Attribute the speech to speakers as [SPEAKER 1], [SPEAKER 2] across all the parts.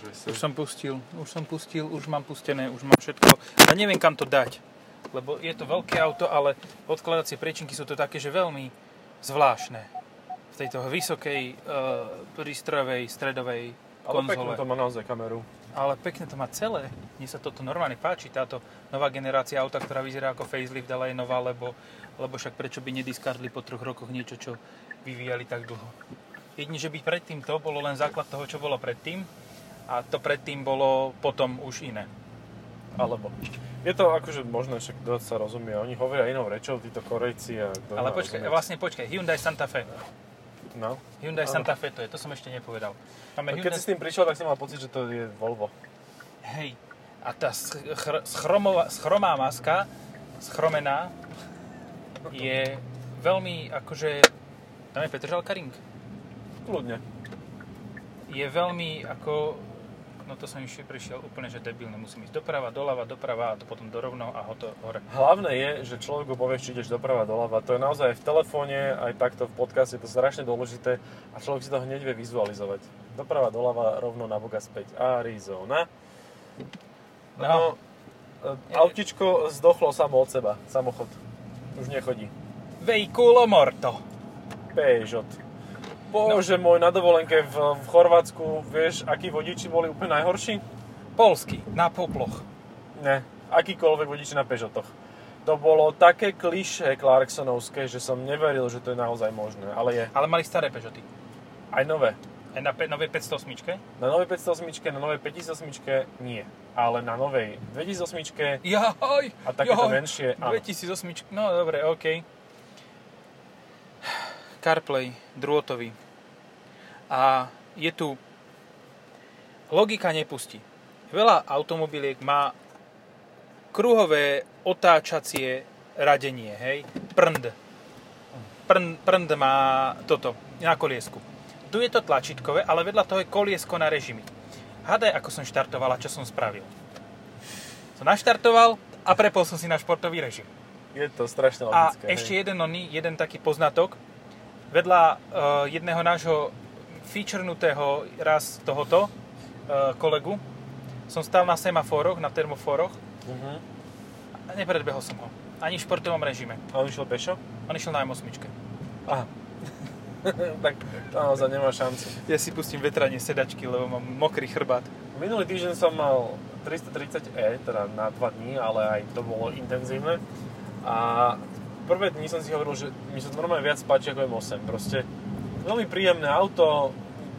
[SPEAKER 1] presne.
[SPEAKER 2] Už som pustil, už som pustil, už mám pustené, už mám všetko. A neviem, kam to dať. Lebo je to veľké auto, ale odkladacie priečinky sú to také, že veľmi zvláštne. V tejto vysokej e, prístrojovej, stredovej
[SPEAKER 1] Ale peknú
[SPEAKER 2] konzole.
[SPEAKER 1] to má naozaj kameru.
[SPEAKER 2] Ale pekne to má celé. Mne sa toto normálne páči, táto nová generácia auta, ktorá vyzerá ako facelift, ale je nová, lebo, lebo však prečo by nediskardli po troch rokoch niečo, čo vyvíjali tak dlho. Jedine, že by predtým to bolo len základ toho, čo bolo predtým a to predtým bolo potom už iné. Alebo.
[SPEAKER 1] Je to akože možné, však kto sa rozumie. Oni hovoria inou rečou, títo Korejci. A kto má
[SPEAKER 2] Ale počkaj,
[SPEAKER 1] rozumieť.
[SPEAKER 2] vlastne počkaj, Hyundai Santa Fe.
[SPEAKER 1] No.
[SPEAKER 2] Hyundai
[SPEAKER 1] Áno. No
[SPEAKER 2] Santa Fe to je, to som ešte nepovedal. Máme
[SPEAKER 1] Keď si s tým prišiel, tak som mal pocit, že to je Volvo.
[SPEAKER 2] Hej, a tá sch- chr- schromová, schromá maska, schromená, je veľmi, akože, tam je Petr Žalkaring,
[SPEAKER 1] Kľudne.
[SPEAKER 2] je veľmi, ako, no to som ešte prišiel úplne, že debilne, musím ísť doprava, doľava, doprava a to potom dorovno a hotovo, hore.
[SPEAKER 1] Hlavné je, že človeku povieš, či ideš doprava, doľava. To je naozaj aj v telefóne, aj takto v podcaste, to je strašne dôležité a človek si to hneď vie vizualizovať. Doprava, doľava, rovno na boga späť. Arizona.
[SPEAKER 2] No,
[SPEAKER 1] No, e, autičko zdochlo samo od seba, samochod. Už nechodí.
[SPEAKER 2] vejkulo morto.
[SPEAKER 1] Peugeot. Bože môj, na dovolenke v, v Chorvátsku, vieš, akí vodiči boli úplne najhorší?
[SPEAKER 2] Polsky, na poploch.
[SPEAKER 1] Ne, akýkoľvek vodiči na Peugeotoch. To bolo také klišé Clarksonovské, že som neveril, že to je naozaj možné, ale je.
[SPEAKER 2] Ale mali staré Peugeoty.
[SPEAKER 1] Aj nové.
[SPEAKER 2] Aj na pe- novej 508.
[SPEAKER 1] Na novej 508, na novej 5008 nie, ale na novej 2008
[SPEAKER 2] Jaj,
[SPEAKER 1] a takéto
[SPEAKER 2] jaj.
[SPEAKER 1] menšie, áno.
[SPEAKER 2] 2008, no dobre, OK. CarPlay, drôtový. A je tu... Logika nepustí. Veľa automobiliek má kruhové otáčacie radenie, hej? Prnd. Prnd, prnd má toto, na koliesku. Tu je to tlačítkové, ale vedľa toho je koliesko na režimy. Hádaj, ako som štartoval a čo som spravil. Som naštartoval a prepol som si na športový režim.
[SPEAKER 1] Je to strašne
[SPEAKER 2] A
[SPEAKER 1] logické.
[SPEAKER 2] ešte jeden, oný, jeden taký poznatok. Vedľa uh, jedného nášho featurenutého raz tohoto uh, kolegu som stál na semafóroch, na termofóroch
[SPEAKER 1] Uh-huh.
[SPEAKER 2] a nepredbehol som ho. Ani v športovom režime.
[SPEAKER 1] A on išiel pešo?
[SPEAKER 2] On išiel na M8.
[SPEAKER 1] Aha. tak to naozaj nemá šancu.
[SPEAKER 2] Ja si pustím vetranie sedačky, lebo mám mokrý chrbát.
[SPEAKER 1] Minulý týždeň som mal 330e, teda na 2 dní, ale aj to bolo intenzívne. A prvé dni som si hovoril, že mi sa normálne viac páči ako M8. Proste veľmi príjemné auto,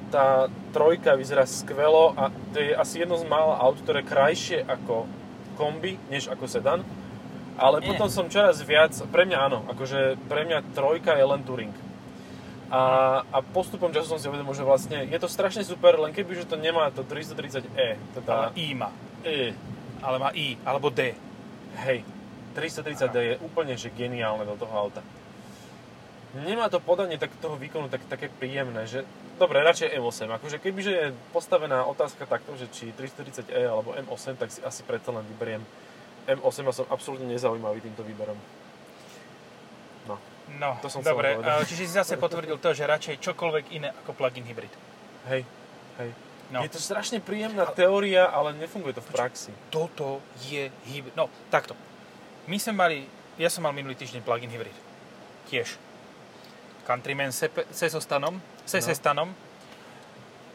[SPEAKER 1] tá trojka vyzerá skvelo a to je asi jedno z mála aut, ktoré je krajšie ako kombi, než ako sedan. Ale
[SPEAKER 2] Nie.
[SPEAKER 1] potom som čoraz viac, pre mňa áno, akože pre mňa trojka je len Touring. A, a postupom času som si uvedomil, že vlastne je to strašne super, len keby že to nemá to 330e,
[SPEAKER 2] Ale
[SPEAKER 1] teda
[SPEAKER 2] I má.
[SPEAKER 1] e,
[SPEAKER 2] Ale má I, alebo D.
[SPEAKER 1] hej, 330d je úplne že geniálne do toho auta. Nemá to podanie tak, toho výkonu tak, také príjemné, že dobre, radšej M8. Akože kebyže je postavená otázka takto, že či 330e alebo M8, tak si asi predsa len vyberiem M8 a som absolútne nezaujímavý týmto výberom.
[SPEAKER 2] No,
[SPEAKER 1] To som chcel
[SPEAKER 2] dobre.
[SPEAKER 1] povedať.
[SPEAKER 2] Eh, Čiže si zase potvrdil to, že radšej čokoľvek iné ako plug-in hybrid.
[SPEAKER 1] Hej, hej. No.
[SPEAKER 2] No.
[SPEAKER 1] Je to strašne príjemná teória, ale nefunguje to v praxi.
[SPEAKER 2] toto je hybrid. No, takto. My sme mali, ja som mal minulý týždeň plug-in hybrid. Tiež. Countryman se, se sostanom, se
[SPEAKER 1] No.
[SPEAKER 2] no. sestanom.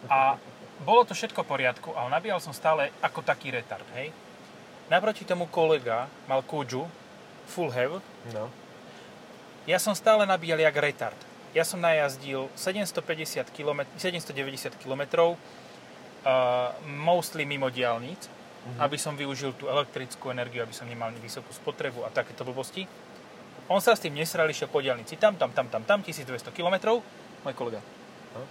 [SPEAKER 2] A bolo to všetko v poriadku, ale nabíjal som stále ako taký retard, hej. Naproti tomu kolega mal kúdžu, full have,
[SPEAKER 1] No.
[SPEAKER 2] ja som stále nabíjal jak retard. Ja som najazdil 750 km, 790 km, uh, mostly mimo diálnic, mm-hmm. aby som využil tú elektrickú energiu, aby som nemal vysokú spotrebu a takéto blbosti. On sa s tým nesral, išiel po diálnici tam, tam, tam, tam, tam, 1200 km, môj kolega.
[SPEAKER 1] No.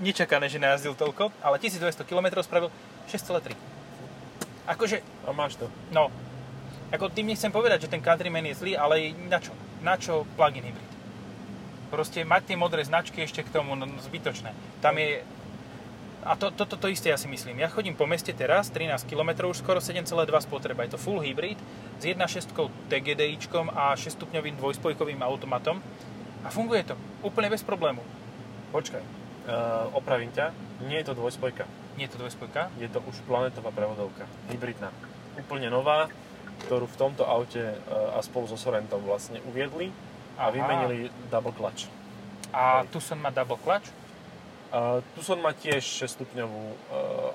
[SPEAKER 2] Nečakané, že najazdil toľko, ale 1200 km spravil 6,3. Akože
[SPEAKER 1] A máš to.
[SPEAKER 2] No, ako tým nechcem povedať, že ten Countryman je zlý, ale na čo? Na čo plug-in hybrid? Proste mať tie modré značky ešte k tomu no, no, zbytočné. Tam je... A to, to, to, to isté ja si myslím. Ja chodím po meste teraz, 13 km, už skoro 7,2 spotreba. Je to full hybrid s 1.6 TGDIčkom a 6-stupňovým dvojspojkovým automatom. A funguje to úplne bez problému.
[SPEAKER 1] Počkaj, uh, opravím ťa. Nie je to dvojspojka.
[SPEAKER 2] Nie je to dvojspojka?
[SPEAKER 1] Je to už planetová prevodovka, hybridná, úplne nová, ktorú v tomto aute e, a spolu so Sorrentom vlastne uviedli a
[SPEAKER 2] Aha.
[SPEAKER 1] vymenili double clutch.
[SPEAKER 2] A
[SPEAKER 1] Hej.
[SPEAKER 2] Tucson má double clutch?
[SPEAKER 1] Uh, Tucson má tiež 6-stupňovú uh,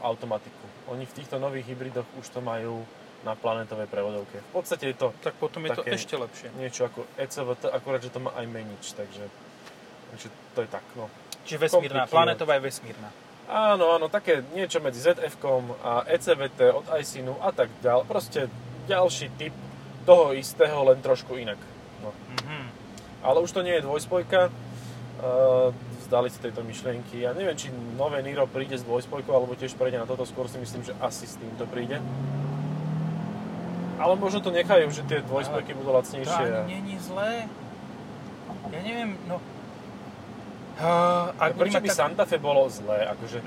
[SPEAKER 1] automatiku. Oni v týchto nových hybridoch už to majú na planetovej prevodovke. V podstate je to
[SPEAKER 2] Tak potom je to
[SPEAKER 1] Také-
[SPEAKER 2] ešte lepšie.
[SPEAKER 1] niečo ako E ECVT, akurát, že to má aj menič, takže, takže to je tak. No.
[SPEAKER 2] Čiže vesmírna,
[SPEAKER 1] Komplikované.
[SPEAKER 2] planetová je vesmírna.
[SPEAKER 1] Áno, áno, také niečo medzi ZF-kom a E ECVT od Icinu a tak ďalej. Proste ďalší typ toho istého, len trošku inak. No.
[SPEAKER 2] Mhm.
[SPEAKER 1] Ale už to nie je dvojspojka. Uh, vzdali sa tejto myšlienky. Ja neviem, či nové Niro príde s dvojspojkou, alebo tiež prejde na toto. Skôr si myslím, že asi s týmto príde. Ale možno to nechajú, že tie dvojspojky budú
[SPEAKER 2] To
[SPEAKER 1] lacnejšie.
[SPEAKER 2] ani není zlé. Ja neviem, no... Uh,
[SPEAKER 1] A
[SPEAKER 2] ak
[SPEAKER 1] prečo
[SPEAKER 2] budeme
[SPEAKER 1] by
[SPEAKER 2] tak...
[SPEAKER 1] Santa Fe bolo zlé? Akože,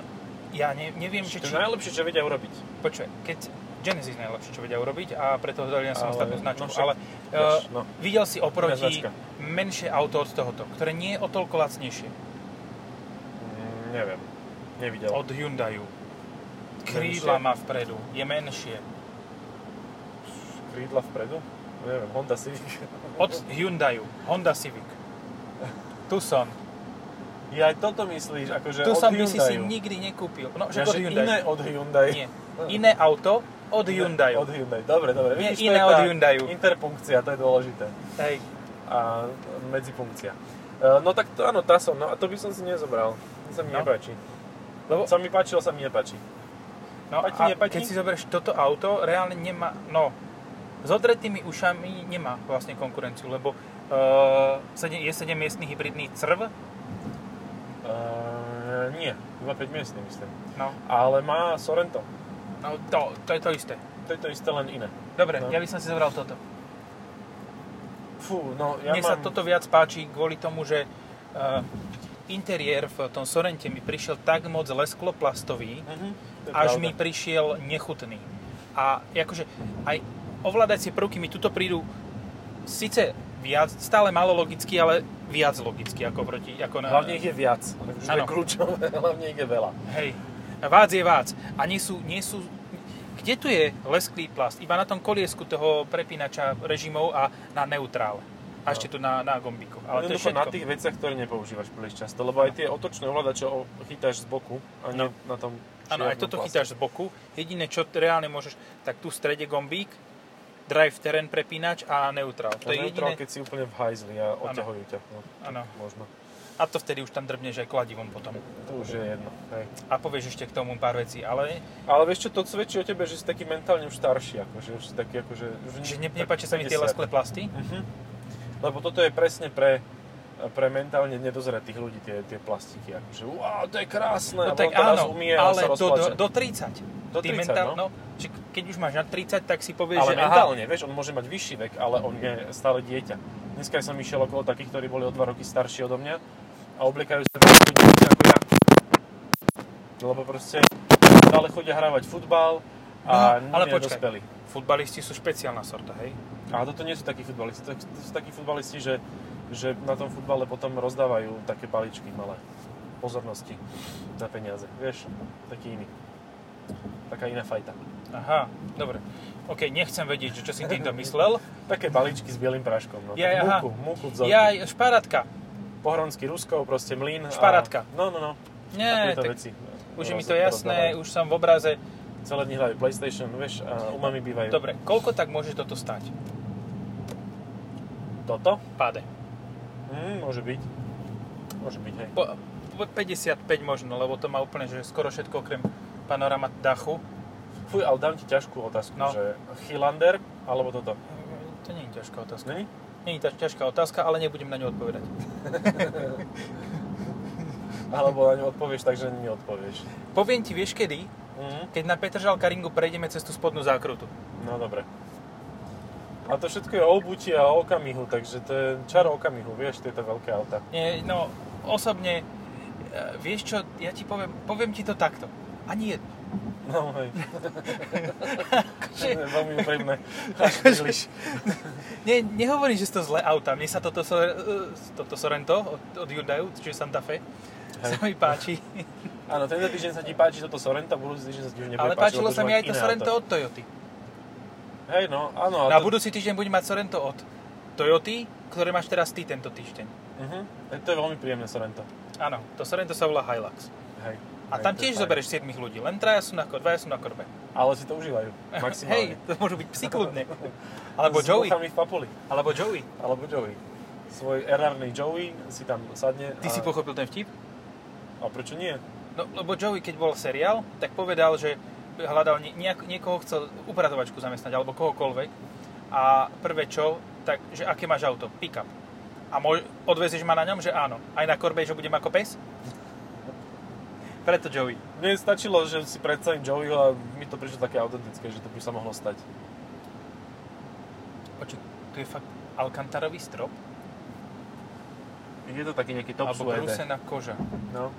[SPEAKER 2] Ja ne, neviem, že
[SPEAKER 1] to je
[SPEAKER 2] či...
[SPEAKER 1] najlepšie, čo vedia urobiť.
[SPEAKER 2] Počkaj, keď Genesis je najlepšie, čo vedia urobiť a preto ho dali na
[SPEAKER 1] Ale-
[SPEAKER 2] samostatnú značku,
[SPEAKER 1] no však,
[SPEAKER 2] ale
[SPEAKER 1] vieš,
[SPEAKER 2] eh,
[SPEAKER 1] no.
[SPEAKER 2] videl si
[SPEAKER 1] Iná
[SPEAKER 2] oproti
[SPEAKER 1] značka.
[SPEAKER 2] menšie auto od tohoto, ktoré nie je o toľko lacnejšie
[SPEAKER 1] Mm, neviem. Nevidel.
[SPEAKER 2] od Hyundaiu. Krídla má vpredu, je menšie.
[SPEAKER 1] Krídla vpredu? Neviem, Honda Civic.
[SPEAKER 2] Od Hyundaiu, Honda Civic. Tucson.
[SPEAKER 1] Ja aj toto myslíš, akože
[SPEAKER 2] Tucson
[SPEAKER 1] od
[SPEAKER 2] by si si
[SPEAKER 1] Hyundaiu.
[SPEAKER 2] nikdy nekúpil. No, že
[SPEAKER 1] Ja,
[SPEAKER 2] od
[SPEAKER 1] že akože
[SPEAKER 2] Hyundai.
[SPEAKER 1] iné od Hyundai.
[SPEAKER 2] Nie, iné auto od
[SPEAKER 1] Iné-
[SPEAKER 2] Hyundai.
[SPEAKER 1] Od Hyundai, dobre, dobre.
[SPEAKER 2] Nie,
[SPEAKER 1] Vidíš, to
[SPEAKER 2] iné
[SPEAKER 1] je
[SPEAKER 2] od
[SPEAKER 1] tá
[SPEAKER 2] Hyundaiu.
[SPEAKER 1] Interpunkcia, to je dôležité.
[SPEAKER 2] Hej.
[SPEAKER 1] A medzipunkcia. E, No tak to áno, tá som, no a to by som si nezobral. To sa mi
[SPEAKER 2] No.
[SPEAKER 1] nepáči.
[SPEAKER 2] Lebo-
[SPEAKER 1] Sa mi páčilo, sa mi nepáči.
[SPEAKER 2] No
[SPEAKER 1] Patí,
[SPEAKER 2] a
[SPEAKER 1] nepatí?
[SPEAKER 2] keď si zoberieš toto auto, reálne nemá, no, s odretými ušami nemá vlastne konkurenciu, lebo uh, je 7 miestny hybridný crv,
[SPEAKER 1] E, nie, iba 5 miest, myslím.
[SPEAKER 2] no,
[SPEAKER 1] Ale má Sorento.
[SPEAKER 2] no to, to je to isté.
[SPEAKER 1] To je to isté, len iné.
[SPEAKER 2] Dobre,
[SPEAKER 1] No.
[SPEAKER 2] ja by som si zobral toto.
[SPEAKER 1] Fú, no ja
[SPEAKER 2] Ja Mne
[SPEAKER 1] mám...
[SPEAKER 2] sa toto viac páči kvôli tomu, že uh, interiér v tom Sorente mi prišiel tak moc lesklo-plastový,
[SPEAKER 1] Mhm, to je
[SPEAKER 2] až
[SPEAKER 1] pravda.
[SPEAKER 2] mi prišiel nechutný. A akože aj ovládacie prvky mi tuto prídu síce viac, stále málo logicky, ale viac logicky ako proti, ako na...
[SPEAKER 1] Hlavne ich je viac. Takže to je
[SPEAKER 2] Áno.
[SPEAKER 1] kľúčové, hlavne ich je veľa.
[SPEAKER 2] Hej, vác je vác. A nie sú, nie sú... Kde tu je lesklý plast? Iba na tom koliesku toho prepínača režimov a na neutrále. A ešte tu na, na gombíku. Ale to
[SPEAKER 1] No.
[SPEAKER 2] je
[SPEAKER 1] Jednoducho
[SPEAKER 2] všetko.
[SPEAKER 1] na tých veciach, ktoré nepoužívaš príliš často, lebo aj tie otočné ovládače o- chytáš z boku a nie na tom
[SPEAKER 2] No. Áno, aj
[SPEAKER 1] široknom
[SPEAKER 2] toto
[SPEAKER 1] plaste.
[SPEAKER 2] chytáš z boku. Jediné, čo t- reálne môžeš, tak tu v strede gombík, drive terén prepínač a neutrál.
[SPEAKER 1] To je jediné... keď si úplne v hajzli a odťahujú ťa. No,
[SPEAKER 2] Áno.
[SPEAKER 1] možno.
[SPEAKER 2] A to vtedy už tam drbneš aj kladivom potom.
[SPEAKER 1] To už je jedno. Hej.
[SPEAKER 2] A povieš ešte k tomu pár vecí, ale
[SPEAKER 1] Ale vieš čo, to svedčí o tebe, že si taký mentálne už starší. Akože, už si taký, akože, už
[SPEAKER 2] že
[SPEAKER 1] nie-
[SPEAKER 2] ne, nepáčia sa mi
[SPEAKER 1] 50.
[SPEAKER 2] tie lesklé plasty.
[SPEAKER 1] Mhm. Lebo toto je presne pre pre mentálne nedozretých ľudí tie, tie plastiky. Akože, wow, to je krásne.
[SPEAKER 2] No
[SPEAKER 1] a
[SPEAKER 2] tak
[SPEAKER 1] potom teraz
[SPEAKER 2] áno,
[SPEAKER 1] umie a
[SPEAKER 2] ale
[SPEAKER 1] sa
[SPEAKER 2] do, do,
[SPEAKER 1] rozplače.
[SPEAKER 2] do 30.
[SPEAKER 1] Do
[SPEAKER 2] Ty
[SPEAKER 1] 30,
[SPEAKER 2] no. či keď už máš nad 30, tak si povieš,
[SPEAKER 1] Ale
[SPEAKER 2] že aha,
[SPEAKER 1] mentálne, vieš, on môže mať vyšší vek, ale on je stále dieťa. Dneska som išiel okolo takých, ktorí boli o 2 roky starší odo mňa a obliekajú sa veľmi dieťa ako ja. Lebo proste stále chodia hrávať futbal a
[SPEAKER 2] No,
[SPEAKER 1] no,
[SPEAKER 2] ale
[SPEAKER 1] ale
[SPEAKER 2] počkaj.
[SPEAKER 1] dospelí.
[SPEAKER 2] futbalisti sú špeciálna sorta, hej.
[SPEAKER 1] A toto nie sú takí futbalisti, to, to sú takí futbalisti, že, že na tom futbale potom rozdávajú také paličky malé pozornosti na peniaze. Vieš, taký iný. Taká iná fajta.
[SPEAKER 2] Aha, dobre. OK, nechcem vedieť, že čo si týmto myslel.
[SPEAKER 1] Také balíčky s bielým práškom. No.
[SPEAKER 2] Jaj, aha.
[SPEAKER 1] múku, múku vzorky.
[SPEAKER 2] Ja, špáratka.
[SPEAKER 1] Pohronsky Ruskov, proste mlyn.
[SPEAKER 2] Šparátka.
[SPEAKER 1] A, no, no, no.
[SPEAKER 2] Nie,
[SPEAKER 1] takéto
[SPEAKER 2] tak
[SPEAKER 1] veci.
[SPEAKER 2] už je
[SPEAKER 1] No,
[SPEAKER 2] mi to jasné,
[SPEAKER 1] rozdávajú.
[SPEAKER 2] už som v obraze.
[SPEAKER 1] Celé dni hrajú PlayStation, vieš, a umami bývajú.
[SPEAKER 2] Dobre, koľko tak môže toto stať?
[SPEAKER 1] Toto?
[SPEAKER 2] Páde.
[SPEAKER 1] Mm, môže byť. Môže byť, hej.
[SPEAKER 2] Po, po 55 možno, lebo to má úplne, že skoro všetko okrem panorama dachu.
[SPEAKER 1] Fuj, ale dám ti ťažkú otázku,
[SPEAKER 2] No.
[SPEAKER 1] že Chylander alebo toto?
[SPEAKER 2] To nie je ťažká otázka.
[SPEAKER 1] Není?
[SPEAKER 2] Nie je to ťažká otázka, ale nebudem na ňu odpovedať.
[SPEAKER 1] Alebo na ňu odpovieš, takže neodpovieš.
[SPEAKER 2] Poviem ti, vieš kedy?
[SPEAKER 1] Mm,
[SPEAKER 2] Keď na Petržalka ringu prejdeme cez tú spodnú zákrutu.
[SPEAKER 1] no dobre. A to všetko je o obuti a o okamihu, takže to je čaro okamihu, vieš, tieto veľké auta.
[SPEAKER 2] Nie, no, osobne, e, vieš čo, ja ti poviem, poviem ti to takto. Ani jedno.
[SPEAKER 1] No hej, to je
[SPEAKER 2] Akože,
[SPEAKER 1] veľmi úprimné. Až príliš.
[SPEAKER 2] ne, nehovorím, že sú to zlé auta. Mne sa toto, Sor- e, toto Sorento od, od Hyundai, čiže Santa Fe, sa mi páči.
[SPEAKER 1] Áno, tento týždeň sa ti páči toto Sorento, budúci týždeň sa ti už nebude
[SPEAKER 2] Ale
[SPEAKER 1] páčiť, lebo
[SPEAKER 2] páčilo
[SPEAKER 1] budeš
[SPEAKER 2] sa mi
[SPEAKER 1] mať
[SPEAKER 2] aj to
[SPEAKER 1] iné
[SPEAKER 2] Sorento
[SPEAKER 1] auto.
[SPEAKER 2] od Toyoty.
[SPEAKER 1] Hej, no, áno. ale
[SPEAKER 2] Na
[SPEAKER 1] to-
[SPEAKER 2] budúci týždeň budem mať Sorento od Toyoty, ktoré máš teraz ty tento týždeň.
[SPEAKER 1] Mhm, to je veľmi príjemné Sorento.
[SPEAKER 2] Áno, to Sorento sa volá Hilux.
[SPEAKER 1] Hej. Hej,
[SPEAKER 2] A tam
[SPEAKER 1] to je
[SPEAKER 2] tiež
[SPEAKER 1] fajn.
[SPEAKER 2] zoberieš 7 ľudí, len traja sú na, ko- dvaja sú na korbe.
[SPEAKER 1] Ale si to užívajú,
[SPEAKER 2] Hej,
[SPEAKER 1] maximálne.
[SPEAKER 2] to môžu byť psi kľudne. Alebo
[SPEAKER 1] S
[SPEAKER 2] Joey.
[SPEAKER 1] buchami v papuli.
[SPEAKER 2] Alebo Joey.
[SPEAKER 1] Alebo Joey. Svoj erárny Joey si tam sadne.
[SPEAKER 2] Ty si pochopil ten vtip?
[SPEAKER 1] A prečo nie?
[SPEAKER 2] No, lebo Joey, keď bol seriál, tak povedal, že hľadal nie- nejak, niekoho, chcel upratovačku zamestnať, alebo kohokoľvek. A prvé čo, tak, že aké máš auto? Pick-up. A môj, odvezieš ma na ňom, že áno. Aj na korbe, že budem ako pes? Preto Joey.
[SPEAKER 1] Mne stačilo, že si predstavím Joeyho a mi to prišlo také autentické, že to by sa mohlo stať.
[SPEAKER 2] Počuj, tu je fakt Alcantarový strop?
[SPEAKER 1] Je to taký nejaký top
[SPEAKER 2] alebo brúsená koža.
[SPEAKER 1] No,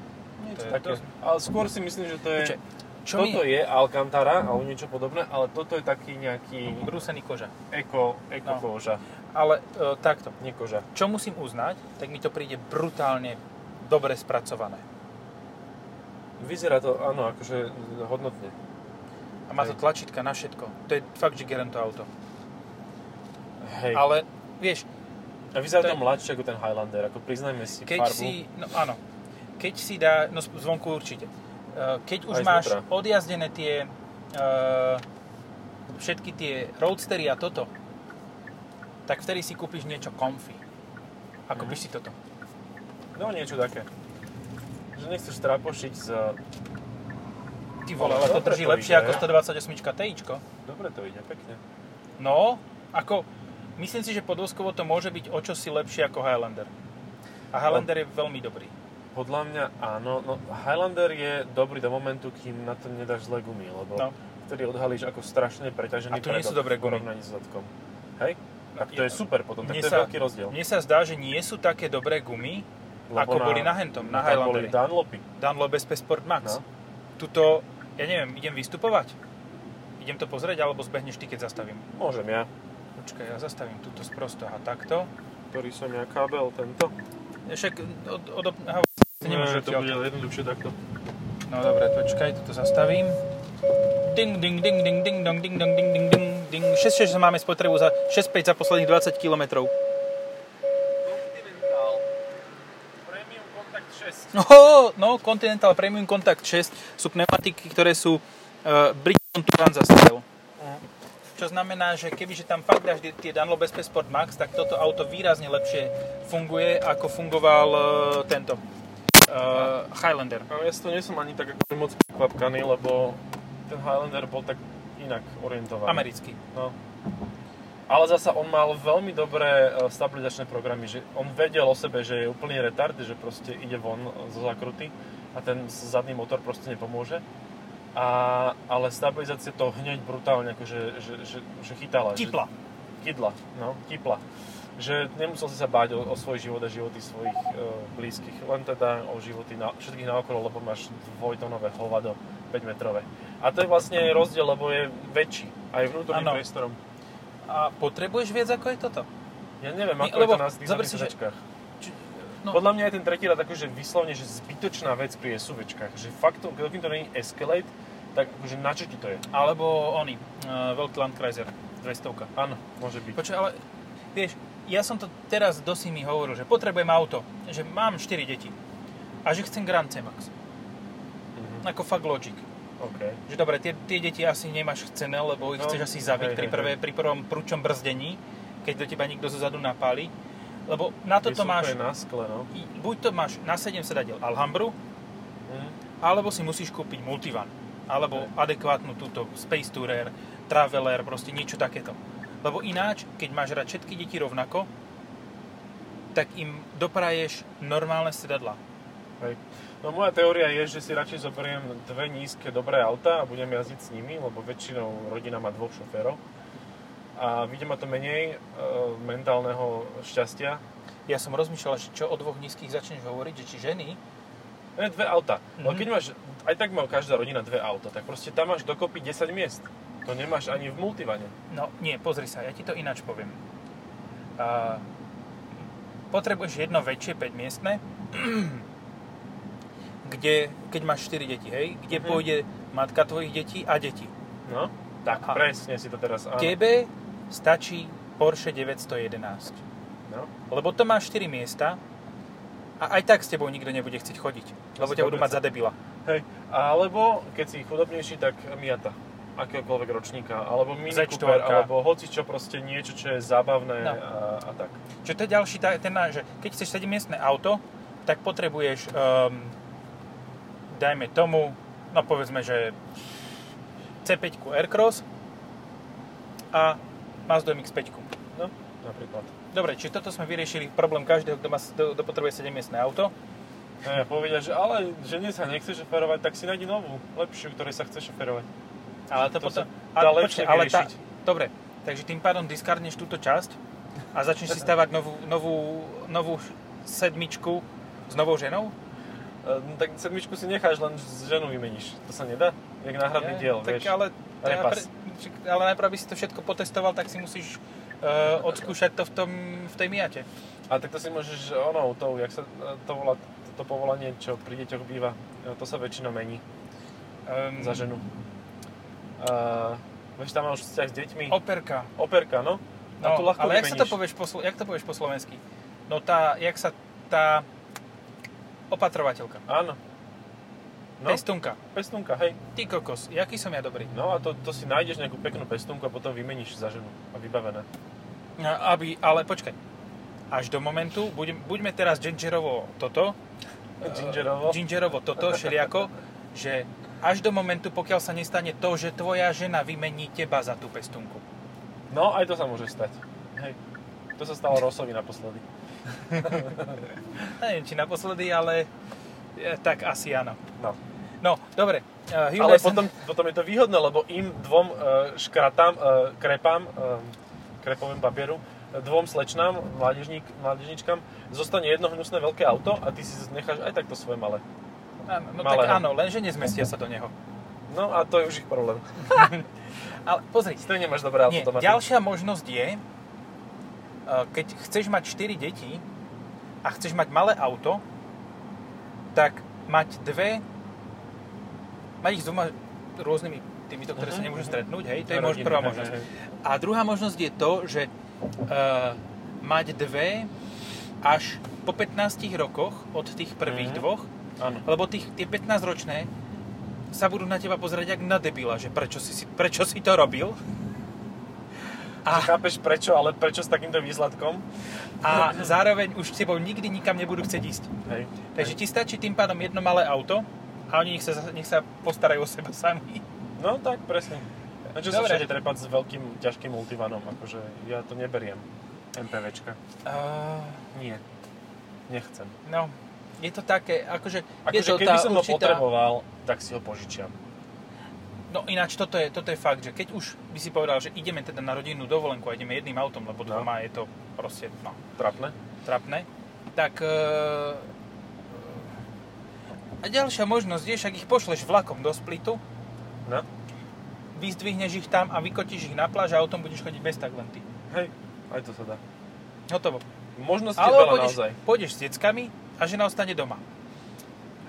[SPEAKER 1] niečo
[SPEAKER 2] To je
[SPEAKER 1] také.
[SPEAKER 2] dosť-
[SPEAKER 1] Ale skôr si myslím, že to je...
[SPEAKER 2] Počkaj, Čo
[SPEAKER 1] toto
[SPEAKER 2] mi...
[SPEAKER 1] je Alcantara alebo niečo podobné, ale toto je taký nejaký
[SPEAKER 2] Brúsený koža.
[SPEAKER 1] eko, eko
[SPEAKER 2] No.
[SPEAKER 1] koža,
[SPEAKER 2] Ale e, takto.
[SPEAKER 1] nie koža.
[SPEAKER 2] Čo musím uznať, tak mi to príde brutálne dobre spracované.
[SPEAKER 1] Vyzerá to, áno, akože hodnotne.
[SPEAKER 2] A má to
[SPEAKER 1] Hej.
[SPEAKER 2] tlačítka na všetko. To je fakt, že gerem to auto.
[SPEAKER 1] Hej.
[SPEAKER 2] Ale vieš,
[SPEAKER 1] a vyzerá to
[SPEAKER 2] to je-
[SPEAKER 1] mladšie ako ten Highlander, ako priznajme si
[SPEAKER 2] keď
[SPEAKER 1] farbu.
[SPEAKER 2] si... No áno. Keď si dá... No z- zvonku určite. E, Keď
[SPEAKER 1] Aj
[SPEAKER 2] už máš
[SPEAKER 1] zvnútra.
[SPEAKER 2] odjazdené tie... e, všetky tie roadstery a toto, tak vtedy si kúpiš niečo comfy. A
[SPEAKER 1] Mhm.
[SPEAKER 2] kúpiš si toto.
[SPEAKER 1] No niečo také. Že nechceš trápošiť z...
[SPEAKER 2] Ty vole,
[SPEAKER 1] Ale
[SPEAKER 2] ale to
[SPEAKER 1] dobre
[SPEAKER 2] drží
[SPEAKER 1] to
[SPEAKER 2] lepšie
[SPEAKER 1] ide.
[SPEAKER 2] ako 128 TIčko.
[SPEAKER 1] Dobre to ide, pekne.
[SPEAKER 2] No, ako, myslím si, že podvozkovo to môže byť o čosi lepšie ako Highlander. A
[SPEAKER 1] No.
[SPEAKER 2] Highlander je veľmi dobrý.
[SPEAKER 1] Podľa mňa áno, no Highlander je dobrý do momentu, kým na to nedáš zlé gumy, lebo
[SPEAKER 2] No.
[SPEAKER 1] vtedy odhalíš ako strašne preťažený
[SPEAKER 2] A tu nie
[SPEAKER 1] predok
[SPEAKER 2] sú
[SPEAKER 1] v
[SPEAKER 2] dobré gumy.
[SPEAKER 1] porovnaní s zadkom. Hej? Tak to No,
[SPEAKER 2] Ja-
[SPEAKER 1] je super potom, tak
[SPEAKER 2] mne
[SPEAKER 1] to je
[SPEAKER 2] sa-
[SPEAKER 1] veľký rozdiel.
[SPEAKER 2] Mne sa zdá, že nie sú také dobré gumy,
[SPEAKER 1] Lebo no,
[SPEAKER 2] ako boli na hentom,
[SPEAKER 1] tam
[SPEAKER 2] na Highlanderi.
[SPEAKER 1] Boli Dunlopy.
[SPEAKER 2] Dunlop SP Sport Max.
[SPEAKER 1] No.
[SPEAKER 2] Tuto, ja neviem, idem vystupovať? Idem to pozrieť, alebo zbehneš ty, keď zastavím?
[SPEAKER 1] Môžem ja.
[SPEAKER 2] Počkaj, ja zastavím túto sprosto a takto.
[SPEAKER 1] Ktorý som ja kábel, tento.
[SPEAKER 2] Však od... od, od aha, nemôžeš
[SPEAKER 1] to
[SPEAKER 2] odtiaľ.
[SPEAKER 1] bude jednoduchšie takto.
[SPEAKER 2] No dobre, počkaj, toto zastavím. Ding, ding, ding, ding, ding, dong, ding, dong, ding, ding, ding, ding. 6,6 máme spotrebu za 6,5 za posledných 20 km.
[SPEAKER 1] Continental. Premium Contact 6.
[SPEAKER 2] No, no, Continental Premium Contact 6 sú pneumatiky, ktoré sú uh, Bridgestone Touran zastavil. Čo znamená, že kebyže tam fakt dáš tie- tie Dunlop SP Sport Max, tak toto auto výrazne lepšie funguje, ako fungoval uh, tento uh, Highlander.
[SPEAKER 1] Ale No, ja si to nie som ani tak ako moc prekvapkaný, lebo ten Highlander bol tak inak orientovaný.
[SPEAKER 2] Americký.
[SPEAKER 1] No. Ale zasa on mal veľmi dobré e, stabilizačné programy, že on vedel o sebe, že je úplný retard, že proste ide von zo zakruty a ten zadný motor proste nepomôže. A, ale stabilizácia to hneď brutálne, akože, že, že, že chytala. že-
[SPEAKER 2] Tipla.
[SPEAKER 1] Kydla, no, tipla. Že nemusel si sa báť o, o svoj život a životy svojich e, blízkych, len teda o životy na, všetkých naokolo, lebo máš dvojtonové hovado, 5-metrové. A to je vlastne rozdiel, lebo je väčší, aj vnútorným
[SPEAKER 2] Áno.
[SPEAKER 1] priestorom.
[SPEAKER 2] A potrebuješ viec, ako je toto?
[SPEAKER 1] Ja neviem,
[SPEAKER 2] Nie,
[SPEAKER 1] ako je
[SPEAKER 2] lebo
[SPEAKER 1] to na tých
[SPEAKER 2] zober si, že-
[SPEAKER 1] SUVčkách.
[SPEAKER 2] Či, no,
[SPEAKER 1] Podľa mňa je ten tretí rad akože vyslovne, že zbytočná vec pri SUVčkách. Že fakt, to, keď to není Escalade, tak akože na čo ti to je?
[SPEAKER 2] Alebo oni, uh, veľký Landkreiser 200.
[SPEAKER 1] Áno, môže byť.
[SPEAKER 2] Počkaj, ale vieš, ja som to teraz dosť mi hovoril, že potrebujem auto, že mám 4 deti a že chcem Grand C-Max.
[SPEAKER 1] Mhm.
[SPEAKER 2] Ako fakt logic.
[SPEAKER 1] OK.
[SPEAKER 2] Že dobre, tie, tie deti asi nemáš chcené, lebo
[SPEAKER 1] No,
[SPEAKER 2] ich chceš asi
[SPEAKER 1] hej,
[SPEAKER 2] zabiť pri,
[SPEAKER 1] hej,
[SPEAKER 2] prvé, pri prvom prúčom brzdení, keď do teba nikto zo zadu napáli. Lebo na toto
[SPEAKER 1] Vysoko
[SPEAKER 2] máš,
[SPEAKER 1] je na skle, no.
[SPEAKER 2] i- buď to máš na 7 sedadiel Alhambru,
[SPEAKER 1] Mhm.
[SPEAKER 2] alebo si musíš kúpiť multivan, alebo adekvátnu túto Space Tourer, Traveler, proste niečo takéto. Lebo ináč, keď máš rád všetky deti rovnako, tak im dopraješ normálne sedadla.
[SPEAKER 1] Hej. No moja teória je, že si radšej zoberiem dve nízke dobré auta a budem jazdiť s nimi, lebo väčšinou rodina má dvoch šoférov. A vidím ma to menej e, mentálneho šťastia.
[SPEAKER 2] Ja som rozmýšľal, že čo o dvoch nízkych začneš hovoriť, že či ženy,
[SPEAKER 1] Ne, dve auta. No
[SPEAKER 2] Mhm.
[SPEAKER 1] keď máš, aj tak má každá rodina dve auta, tak proste tam máš dokopy 10 miest. To nemáš ani v multivane.
[SPEAKER 2] no nie, pozri sa, ja ti to ináč poviem. A, potrebuješ jedno väčšie 5 miestne, kde, keď máš 4 deti, hej, kde
[SPEAKER 1] Mhm.
[SPEAKER 2] pôjde matka tvojich detí a deti.
[SPEAKER 1] No, tak
[SPEAKER 2] Aha.
[SPEAKER 1] presne si to teraz... Áno.
[SPEAKER 2] Tebe stačí Porsche 911,
[SPEAKER 1] No,
[SPEAKER 2] lebo to má 4 miesta a aj tak s tebou nikto nebude chcieť chodiť, lebo
[SPEAKER 1] si
[SPEAKER 2] ťa budú
[SPEAKER 1] dobre
[SPEAKER 2] mať za debila.
[SPEAKER 1] hej. Alebo, keď si chudobnejší, tak Miata akéhokoľvek ročníka, alebo Mini
[SPEAKER 2] Z4.
[SPEAKER 1] Cooper, alebo hoci čo proste niečo, čo je zábavné
[SPEAKER 2] No.
[SPEAKER 1] a, a tak.
[SPEAKER 2] Čo to je ďalší, tá- ten, náš, že keď chceš 7-miestne auto, tak potrebuješ, um, dajme tomu, no povedzme, že C5 Aircross a Mazda MX-5.
[SPEAKER 1] No, napríklad.
[SPEAKER 2] Dobre, či toto sme vyriešili problém každého, kto, má, kto, kto potrebuje 7-miestne auto.
[SPEAKER 1] A ja povedia, že ale žene sa nechce šoferovať, tak si nájdi novú, lepšiu, ktorej sa chce šoferovať.
[SPEAKER 2] Ale
[SPEAKER 1] To
[SPEAKER 2] to, potom...
[SPEAKER 1] sa dá lepšie vyriešiť.
[SPEAKER 2] dobre, takže tým pádom diskardneš túto časť a začneš si stavať novú, novú, novú sedmičku s novou ženou?
[SPEAKER 1] E, no, tak sedmičku si necháš, len s ženu vymeníš. To sa nedá? Jak náhradný
[SPEAKER 2] Nie,
[SPEAKER 1] diel,
[SPEAKER 2] tak
[SPEAKER 1] vieš.
[SPEAKER 2] Ale,
[SPEAKER 1] Repas.
[SPEAKER 2] najprv- ale najprv, aby si to všetko potestoval, tak si musíš uh, odskúšať to v, tom, v tej miate.
[SPEAKER 1] A tak to si môžeš onou, tou, jak sa e, to volá, to povolanie, čo pri deťoch býva, e, to sa väčšinou mení
[SPEAKER 2] Um,
[SPEAKER 1] za ženu. Uh, vieš, tam máš vzťah s deťmi.
[SPEAKER 2] Operka.
[SPEAKER 1] Operka, no.
[SPEAKER 2] No,
[SPEAKER 1] a tu ľahko
[SPEAKER 2] ale jak, sa to
[SPEAKER 1] vymeníš.
[SPEAKER 2] povieš po, slo- jak to povieš po slovensky? No tá, jak sa tá opatrovateľka,
[SPEAKER 1] Áno. No,
[SPEAKER 2] no? pestunka.
[SPEAKER 1] pestunka, hej.
[SPEAKER 2] Ty kokos, jaký som ja dobrý?
[SPEAKER 1] No a to, to si nájdeš nejakú peknú pestunku a potom vymeníš za ženu. A vybavené.
[SPEAKER 2] A- No, Aby, ale počkaj. Až do momentu, budem, buďme teraz gingerovo toto, E,
[SPEAKER 1] Gingerovo.
[SPEAKER 2] gingerovo toto, všeliako, že až do momentu, pokiaľ sa nestane to, že tvoja žena vymení teba za tú pestunku.
[SPEAKER 1] No, aj to sa môže stať. Hej. To sa stalo Rosovi naposledy.
[SPEAKER 2] Ja neviem, či naposledy, ale e, tak asi áno.
[SPEAKER 1] No.
[SPEAKER 2] No, dobre. Uh,
[SPEAKER 1] Ale
[SPEAKER 2] Hyundai Sonata-
[SPEAKER 1] potom, potom je to výhodné, lebo im dvom e, škratám, e, krepám, e, krepovým papieru, e, dvom slečnám, mládežník, mládežničkám, zostane jedno hnusné veľké auto a ty si necháš aj takto svoje malé.
[SPEAKER 2] Áno, no tak
[SPEAKER 1] malého.
[SPEAKER 2] áno, lenže nezmestia sa do neho.
[SPEAKER 1] No a to je už ich problém.
[SPEAKER 2] Ale pozri,
[SPEAKER 1] Stejne máš dobré auto
[SPEAKER 2] nie,
[SPEAKER 1] doma.
[SPEAKER 2] ďalšia možnosť je, e, keď chceš mať 4 deti a chceš mať malé auto, tak mať dve, mať ich s dvoma rôznymi týmito, ktoré sa
[SPEAKER 1] Mhm,
[SPEAKER 2] nemôžu
[SPEAKER 1] mhm.
[SPEAKER 2] stretnúť, hej, to je
[SPEAKER 1] Rodiny,
[SPEAKER 2] mož, prvá
[SPEAKER 1] hej,
[SPEAKER 2] možnosť.
[SPEAKER 1] hej.
[SPEAKER 2] A druhá možnosť je to, že uh, mať dve až po 15 rokoch od tých prvých
[SPEAKER 1] Mhm.
[SPEAKER 2] dvoch,
[SPEAKER 1] Áno.
[SPEAKER 2] lebo tých, tie 15-ročné sa budú na teba pozerať jak na debila, že prečo si, si- prečo si to robil. A,
[SPEAKER 1] Chápeš prečo, ale prečo s takýmto výsledkom?
[SPEAKER 2] a zároveň už s tebou nikdy nikam nebudú chcieť ísť.
[SPEAKER 1] Hej.
[SPEAKER 2] Takže
[SPEAKER 1] Hej.
[SPEAKER 2] ti stačí tým pádom jedno malé auto a oni nech sa, nech sa postarajú o seba sami.
[SPEAKER 1] No tak, presne. Na čo sa
[SPEAKER 2] Dobre.
[SPEAKER 1] všade trepať s veľkým, ťažkým multivanom? Akože ja to neberiem. MPVčka.
[SPEAKER 2] Uh,
[SPEAKER 1] Ah, Nie. Nechcem.
[SPEAKER 2] no, je to také, akože... je
[SPEAKER 1] Akože
[SPEAKER 2] to
[SPEAKER 1] keby
[SPEAKER 2] tá
[SPEAKER 1] som ho potreboval, tak si ho požičiam.
[SPEAKER 2] No ináč, toto je, toto je fakt, že keď už by si povedal, že ideme teda na rodinnú dovolenku a ideme jedným autom, lebo
[SPEAKER 1] No.
[SPEAKER 2] dvoma je to proste, no,
[SPEAKER 1] Trapné?
[SPEAKER 2] trapné, tak... E, a ďalšia možnosť je, však ich pošleš vlakom do Splitu,
[SPEAKER 1] No.
[SPEAKER 2] vyzdvihneš ich tam a vykotíš ich na pláž a o tom budeš chodiť bez tak len ty.
[SPEAKER 1] Hej, aj to sa dá.
[SPEAKER 2] Hotovo.
[SPEAKER 1] Možnosti je
[SPEAKER 2] Alebo
[SPEAKER 1] veľa
[SPEAKER 2] pôjdeš,
[SPEAKER 1] naozaj.
[SPEAKER 2] pôjdeš s deckami a žena ostane doma.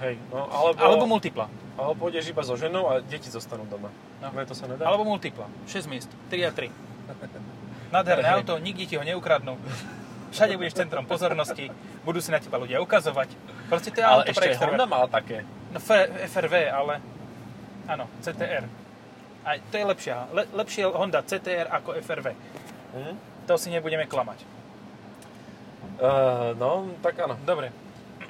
[SPEAKER 1] Hej, no, alebo,
[SPEAKER 2] Alebo multipla.
[SPEAKER 1] alebo pôjdeš iba so ženou a deti zostanú doma.
[SPEAKER 2] No.
[SPEAKER 1] No, to sa nedá.
[SPEAKER 2] Alebo multipla. 6 miest. 3 a 3. Nádherné auto, nikde ti ho neukradnú. Všade budeš centrom pozornosti, budú si na teba ľudia ukazovať. Proste to je
[SPEAKER 1] ale ešte
[SPEAKER 2] auto pre
[SPEAKER 1] aj Honda
[SPEAKER 2] extrovert.
[SPEAKER 1] mala také.
[SPEAKER 2] No, F- FRV, ale... Áno, CTR. Aj to je lepšia. Le- lepšie Honda CTR ako FRV.
[SPEAKER 1] Hm?
[SPEAKER 2] To si nebudeme klamať.
[SPEAKER 1] Uh, no, tak áno.
[SPEAKER 2] Dobre.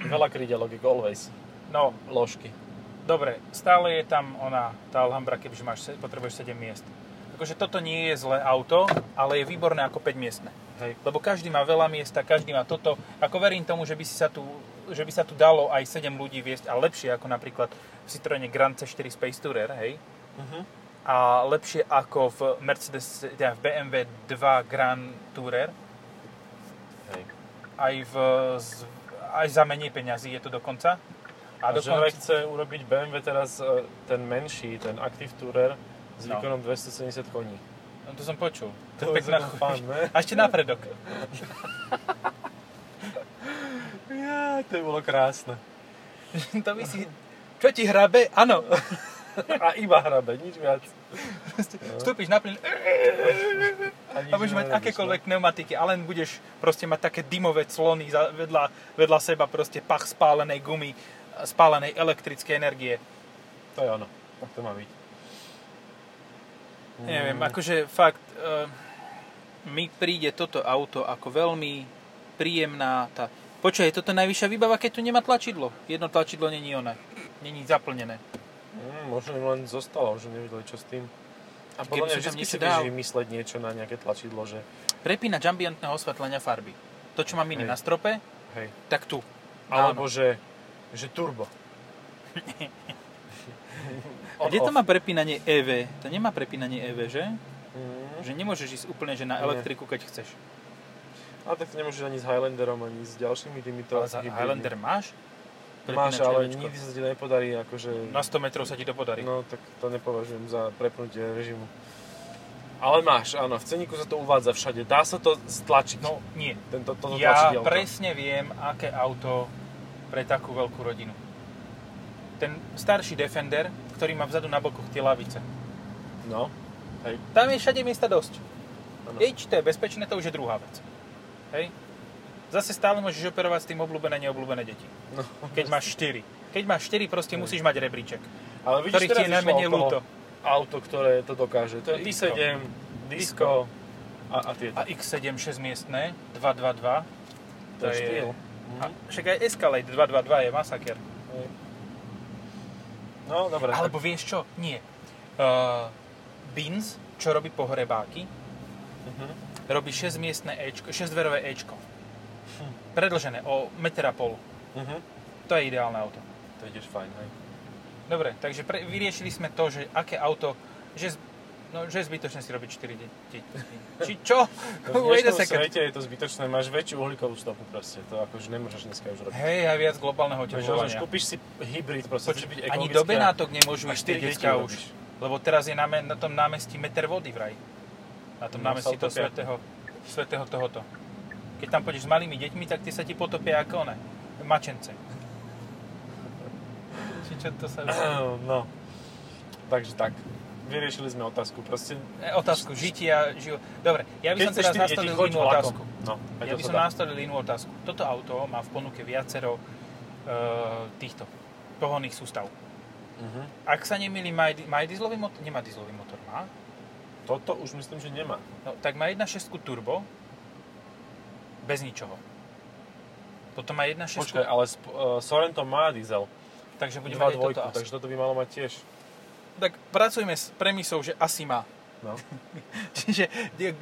[SPEAKER 1] Veľa krydelok, ako always.
[SPEAKER 2] No,
[SPEAKER 1] Ložky.
[SPEAKER 2] dobre. Stále je tam ona, tá Alhambra, keďže máš, se- potrebuješ 7 miest. Akože toto nie je zlé auto, ale je výborné ako 5 miestne.
[SPEAKER 1] Hej.
[SPEAKER 2] lebo každý má veľa miesta, každý má toto. Ako verím tomu, že by, si sa tu, že by sa tu dalo aj 7 ľudí viesť a lepšie ako napríklad v Citroene Grand C4 Space Tourer, hej?
[SPEAKER 1] Mhm.
[SPEAKER 2] A lepšie ako v Mercedes, teda v BMW 2 Grand Tourer,
[SPEAKER 1] Hej.
[SPEAKER 2] aj, v, z- aj za menej peňazí je to dokonca.
[SPEAKER 1] A, a
[SPEAKER 2] A,
[SPEAKER 1] dokonca...
[SPEAKER 2] dokonca,
[SPEAKER 1] chce urobiť BMW teraz e, ten menší, ten Active Tourer s
[SPEAKER 2] No.
[SPEAKER 1] výkonom 270 koní.
[SPEAKER 2] no to som počul.
[SPEAKER 1] To je
[SPEAKER 2] pekná
[SPEAKER 1] zrovna
[SPEAKER 2] chuť.
[SPEAKER 1] fun, ne?
[SPEAKER 2] A ešte napredok.
[SPEAKER 1] Ja, to bolo krásne.
[SPEAKER 2] to by si... Čo ti hrabe? Áno.
[SPEAKER 1] A iba hrabe, nič viac.
[SPEAKER 2] Vstúpiš na plyn eh,
[SPEAKER 1] A, nič no.
[SPEAKER 2] a budeš mať
[SPEAKER 1] nerobíš,
[SPEAKER 2] akékoľvek pneumatiky a len budeš proste mať také dymové clony za- vedľa, vedľa seba, proste pach spálenej gumy, spálenej elektrickej energie.
[SPEAKER 1] no. To je ono, tak to má byť.
[SPEAKER 2] Neviem, akože fakt, e, mi príde toto auto ako veľmi príjemná tá... Počkaj, toto je najvyššia výbava, keď tu nemá tlačidlo. Jedno tlačidlo není oné. Není zaplnené.
[SPEAKER 1] Mm, možno im len zostalo, že nevedeli čo s tým. A podľa
[SPEAKER 2] Keby
[SPEAKER 1] mňa
[SPEAKER 2] som tam
[SPEAKER 1] vždy si
[SPEAKER 2] niečo
[SPEAKER 1] vieš
[SPEAKER 2] dal.
[SPEAKER 1] vymysleť niečo na nejaké tlačidlo, že
[SPEAKER 2] Prepínač ambientného osvetlenia farby. To, čo mám iný
[SPEAKER 1] Hej.
[SPEAKER 2] na strope,
[SPEAKER 1] hej,
[SPEAKER 2] tak tu.
[SPEAKER 1] alebo že, že turbo.
[SPEAKER 2] A kde to má prepínanie EV? To nemá prepínanie EV, že?
[SPEAKER 1] Mm.
[SPEAKER 2] Že nemôžeš ísť úplne že na
[SPEAKER 1] Nie.
[SPEAKER 2] elektriku, keď chceš.
[SPEAKER 1] Ale tak to nemôžeš ani s Highlanderom, ani s ďalšími týmito.
[SPEAKER 2] Ale za
[SPEAKER 1] hybridmi.
[SPEAKER 2] Highlander máš?
[SPEAKER 1] Máš,
[SPEAKER 2] Prepínač
[SPEAKER 1] ale
[SPEAKER 2] EVčko.
[SPEAKER 1] nikdy sa ti nepodarí, akože...
[SPEAKER 2] Na 100 metrov sa ti to podarí.
[SPEAKER 1] No, tak to nepovažujem za prepnutie režimu. Ale máš, áno, v ceníku sa to uvádza všade. Dá sa to stlačiť.
[SPEAKER 2] No, nie.
[SPEAKER 1] Tento, toto
[SPEAKER 2] Ja
[SPEAKER 1] tlačidielko.
[SPEAKER 2] presne viem, aké auto pre takú veľkú rodinu. Ten starší Defender, ktorý má vzadu na bokoch tie lavice.
[SPEAKER 1] No, hej,
[SPEAKER 2] Tam je všade miesta dosť.
[SPEAKER 1] áno.
[SPEAKER 2] Jej, či to je bezpečné, to už je druhá vec. Hej? Zase stále môžeš operovať s tým obľúbené, neobľúbené deti.
[SPEAKER 1] No.
[SPEAKER 2] Keď máš 4. Keď máš 4, proste
[SPEAKER 1] Hej.
[SPEAKER 2] musíš mať rebríček,
[SPEAKER 1] Ale No, vidíš,
[SPEAKER 2] ktorý ti
[SPEAKER 1] teraz
[SPEAKER 2] je
[SPEAKER 1] išlo
[SPEAKER 2] najmenej
[SPEAKER 1] okolo
[SPEAKER 2] ľúto.
[SPEAKER 1] Auto, ktoré to dokáže. To je
[SPEAKER 2] Disco.
[SPEAKER 1] i7, Disco a, a tieto.
[SPEAKER 2] A X7 6 miestne, 222. to je-
[SPEAKER 1] štýl.
[SPEAKER 2] A
[SPEAKER 1] Mhm.
[SPEAKER 2] však aj Escalade 222 je masaker.
[SPEAKER 1] Hej. No, dobre.
[SPEAKER 2] Alebo vieš čo? Nie. Uh, Bins, čo robí pohrebáky,
[SPEAKER 1] Mhm.
[SPEAKER 2] robí 6 miestne Ečko, 6 dverové Ečko.
[SPEAKER 1] Hm.
[SPEAKER 2] Predlžené o meter a pol.
[SPEAKER 1] Mhm.
[SPEAKER 2] To je ideálne auto.
[SPEAKER 1] To ideš fajn, hej.
[SPEAKER 2] Dobre, takže pre, vyriešili sme to, že aké auto, že, z- no, že je zbytočné si robiť 4 deti. Či čo?
[SPEAKER 1] V
[SPEAKER 2] Wait a
[SPEAKER 1] dnešnom
[SPEAKER 2] second.
[SPEAKER 1] svete je to zbytočné, máš väčšiu uhlíkovú stopu proste, to akože nemôžeš dneska už robiť.
[SPEAKER 2] Hej, aj viac globálneho
[SPEAKER 1] Takže rozumieš,
[SPEAKER 2] oteplovania.
[SPEAKER 1] vlastne kúpiš si hybrid proste, chce byť
[SPEAKER 2] Počuť, ani
[SPEAKER 1] ekologické.
[SPEAKER 2] do Benátok nemôžu
[SPEAKER 1] a
[SPEAKER 2] ísť
[SPEAKER 1] štyri
[SPEAKER 2] tie
[SPEAKER 1] deti
[SPEAKER 2] decka už.
[SPEAKER 1] urobíš.
[SPEAKER 2] Lebo teraz je na, me- na tom námestí meter vody vraj. Na tom
[SPEAKER 1] No,
[SPEAKER 2] námestí toho
[SPEAKER 1] sa utopia.
[SPEAKER 2] svetého, svetého tohoto. Keď tam pôjdeš s malými deťmi, tak tie sa ti potopia ako one. Mačence. Či čo to sa...
[SPEAKER 1] No, takže tak. Vyriešili sme otázku, proste...
[SPEAKER 2] E, otázku žitia, živo... Dobre, ja by som
[SPEAKER 1] chceš
[SPEAKER 2] teraz
[SPEAKER 1] štyri
[SPEAKER 2] nastavil
[SPEAKER 1] deti, choď
[SPEAKER 2] inú
[SPEAKER 1] vlakom.
[SPEAKER 2] otázku.
[SPEAKER 1] No, aj
[SPEAKER 2] Ja
[SPEAKER 1] to
[SPEAKER 2] by
[SPEAKER 1] sa
[SPEAKER 2] som
[SPEAKER 1] dá.
[SPEAKER 2] nastavil inú otázku. Toto auto má v ponuke viacero e, týchto pohonných sústav.
[SPEAKER 1] Mhm.
[SPEAKER 2] Ak sa nemýlim, má, aj di- má aj dieselový motor? Nemá dieselový motor, má?
[SPEAKER 1] Toto už myslím, že nemá.
[SPEAKER 2] No, tak má 1.6 turbo, bez ničoho. Potom má 1.6,
[SPEAKER 1] Počkaj, ale sp- eh, Sorento má diesel,
[SPEAKER 2] takže bude
[SPEAKER 1] nemá
[SPEAKER 2] mať aj
[SPEAKER 1] dvojku,
[SPEAKER 2] toto asi.
[SPEAKER 1] takže toto by malo mať tiež.
[SPEAKER 2] Tak pracujme s premisou, že asi má.
[SPEAKER 1] No.
[SPEAKER 2] Čiže die-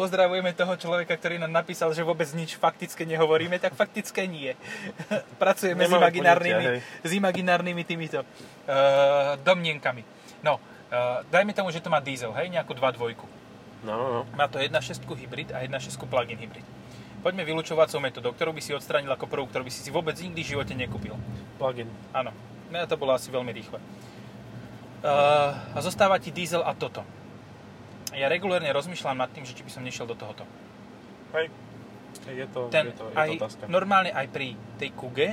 [SPEAKER 2] pozdravujeme toho človeka, ktorý nám napísal, že vôbec nič faktické nehovoríme, tak faktické nie. Pracujeme s
[SPEAKER 1] Nemáme
[SPEAKER 2] imaginárnymi,
[SPEAKER 1] poňatia,
[SPEAKER 2] s imaginárnymi týmito uh, domnienkami. No, uh, dajme tomu, že to má diesel, hej, nejakú 2.2.
[SPEAKER 1] No, no, no.
[SPEAKER 2] Má to 1.6 hybrid a 1.6 plug-in hybrid. Poďme vylúčovacou metodou, ktorú by si odstránil ako prvú, ktorú by si si vôbec nikdy v živote nekúpil.
[SPEAKER 1] Plug-in.
[SPEAKER 2] Áno, no, to bolo asi veľmi rýchle. Uh, a zostáva ti diesel a toto. Ja regulérne rozmýšľam nad tým, že či by som nešiel do tohoto.
[SPEAKER 1] Hej. Je to,
[SPEAKER 2] Ten
[SPEAKER 1] je to, je
[SPEAKER 2] aj, no-
[SPEAKER 1] to otázka.
[SPEAKER 2] normálne aj pri tej Kuge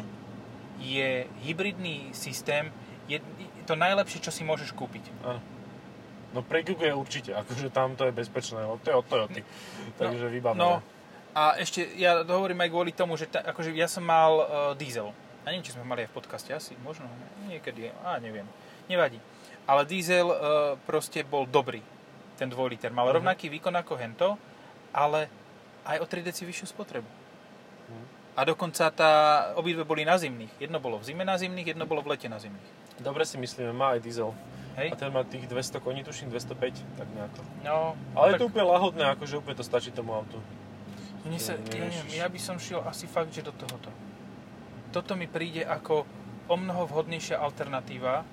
[SPEAKER 2] je hybridný systém je to najlepšie, čo si môžeš kúpiť.
[SPEAKER 1] Áno. No pre Google je určite, akože tam to je bezpečné, lebo to je od Toyoty. Takže vybavené.
[SPEAKER 2] No a ešte ja to hovorím aj kvôli tomu, že ta, akože ja som mal uh, diesel. Ja neviem, či sme mali aj v podcaste, asi možno, niekedy, a neviem, nevadí. Ale diesel uh, proste bol dobrý, ten 2 liter. Mal
[SPEAKER 1] Mhm.
[SPEAKER 2] rovnaký výkon ako hento, ale aj o 3 deci vyššiu spotrebu.
[SPEAKER 1] Mhm.
[SPEAKER 2] A dokonca tá, obidve boli na zimných. Jedno bolo v zime na zimných, jedno bolo v lete na zimných.
[SPEAKER 1] Dobre si myslíme, má aj diesel.
[SPEAKER 2] Hej?
[SPEAKER 1] A ten má tých 200 koní, tuším 205, tak nejako.
[SPEAKER 2] No,
[SPEAKER 1] Ale je
[SPEAKER 2] tak-
[SPEAKER 1] to úplne lahodné, akože úplne to stačí tomu autu.
[SPEAKER 2] Mne sa, ja, neviem,
[SPEAKER 1] Ježiš.
[SPEAKER 2] ja by som šiel asi fakt, že do tohoto. Toto mi príde ako o mnoho vhodnejšia alternatíva,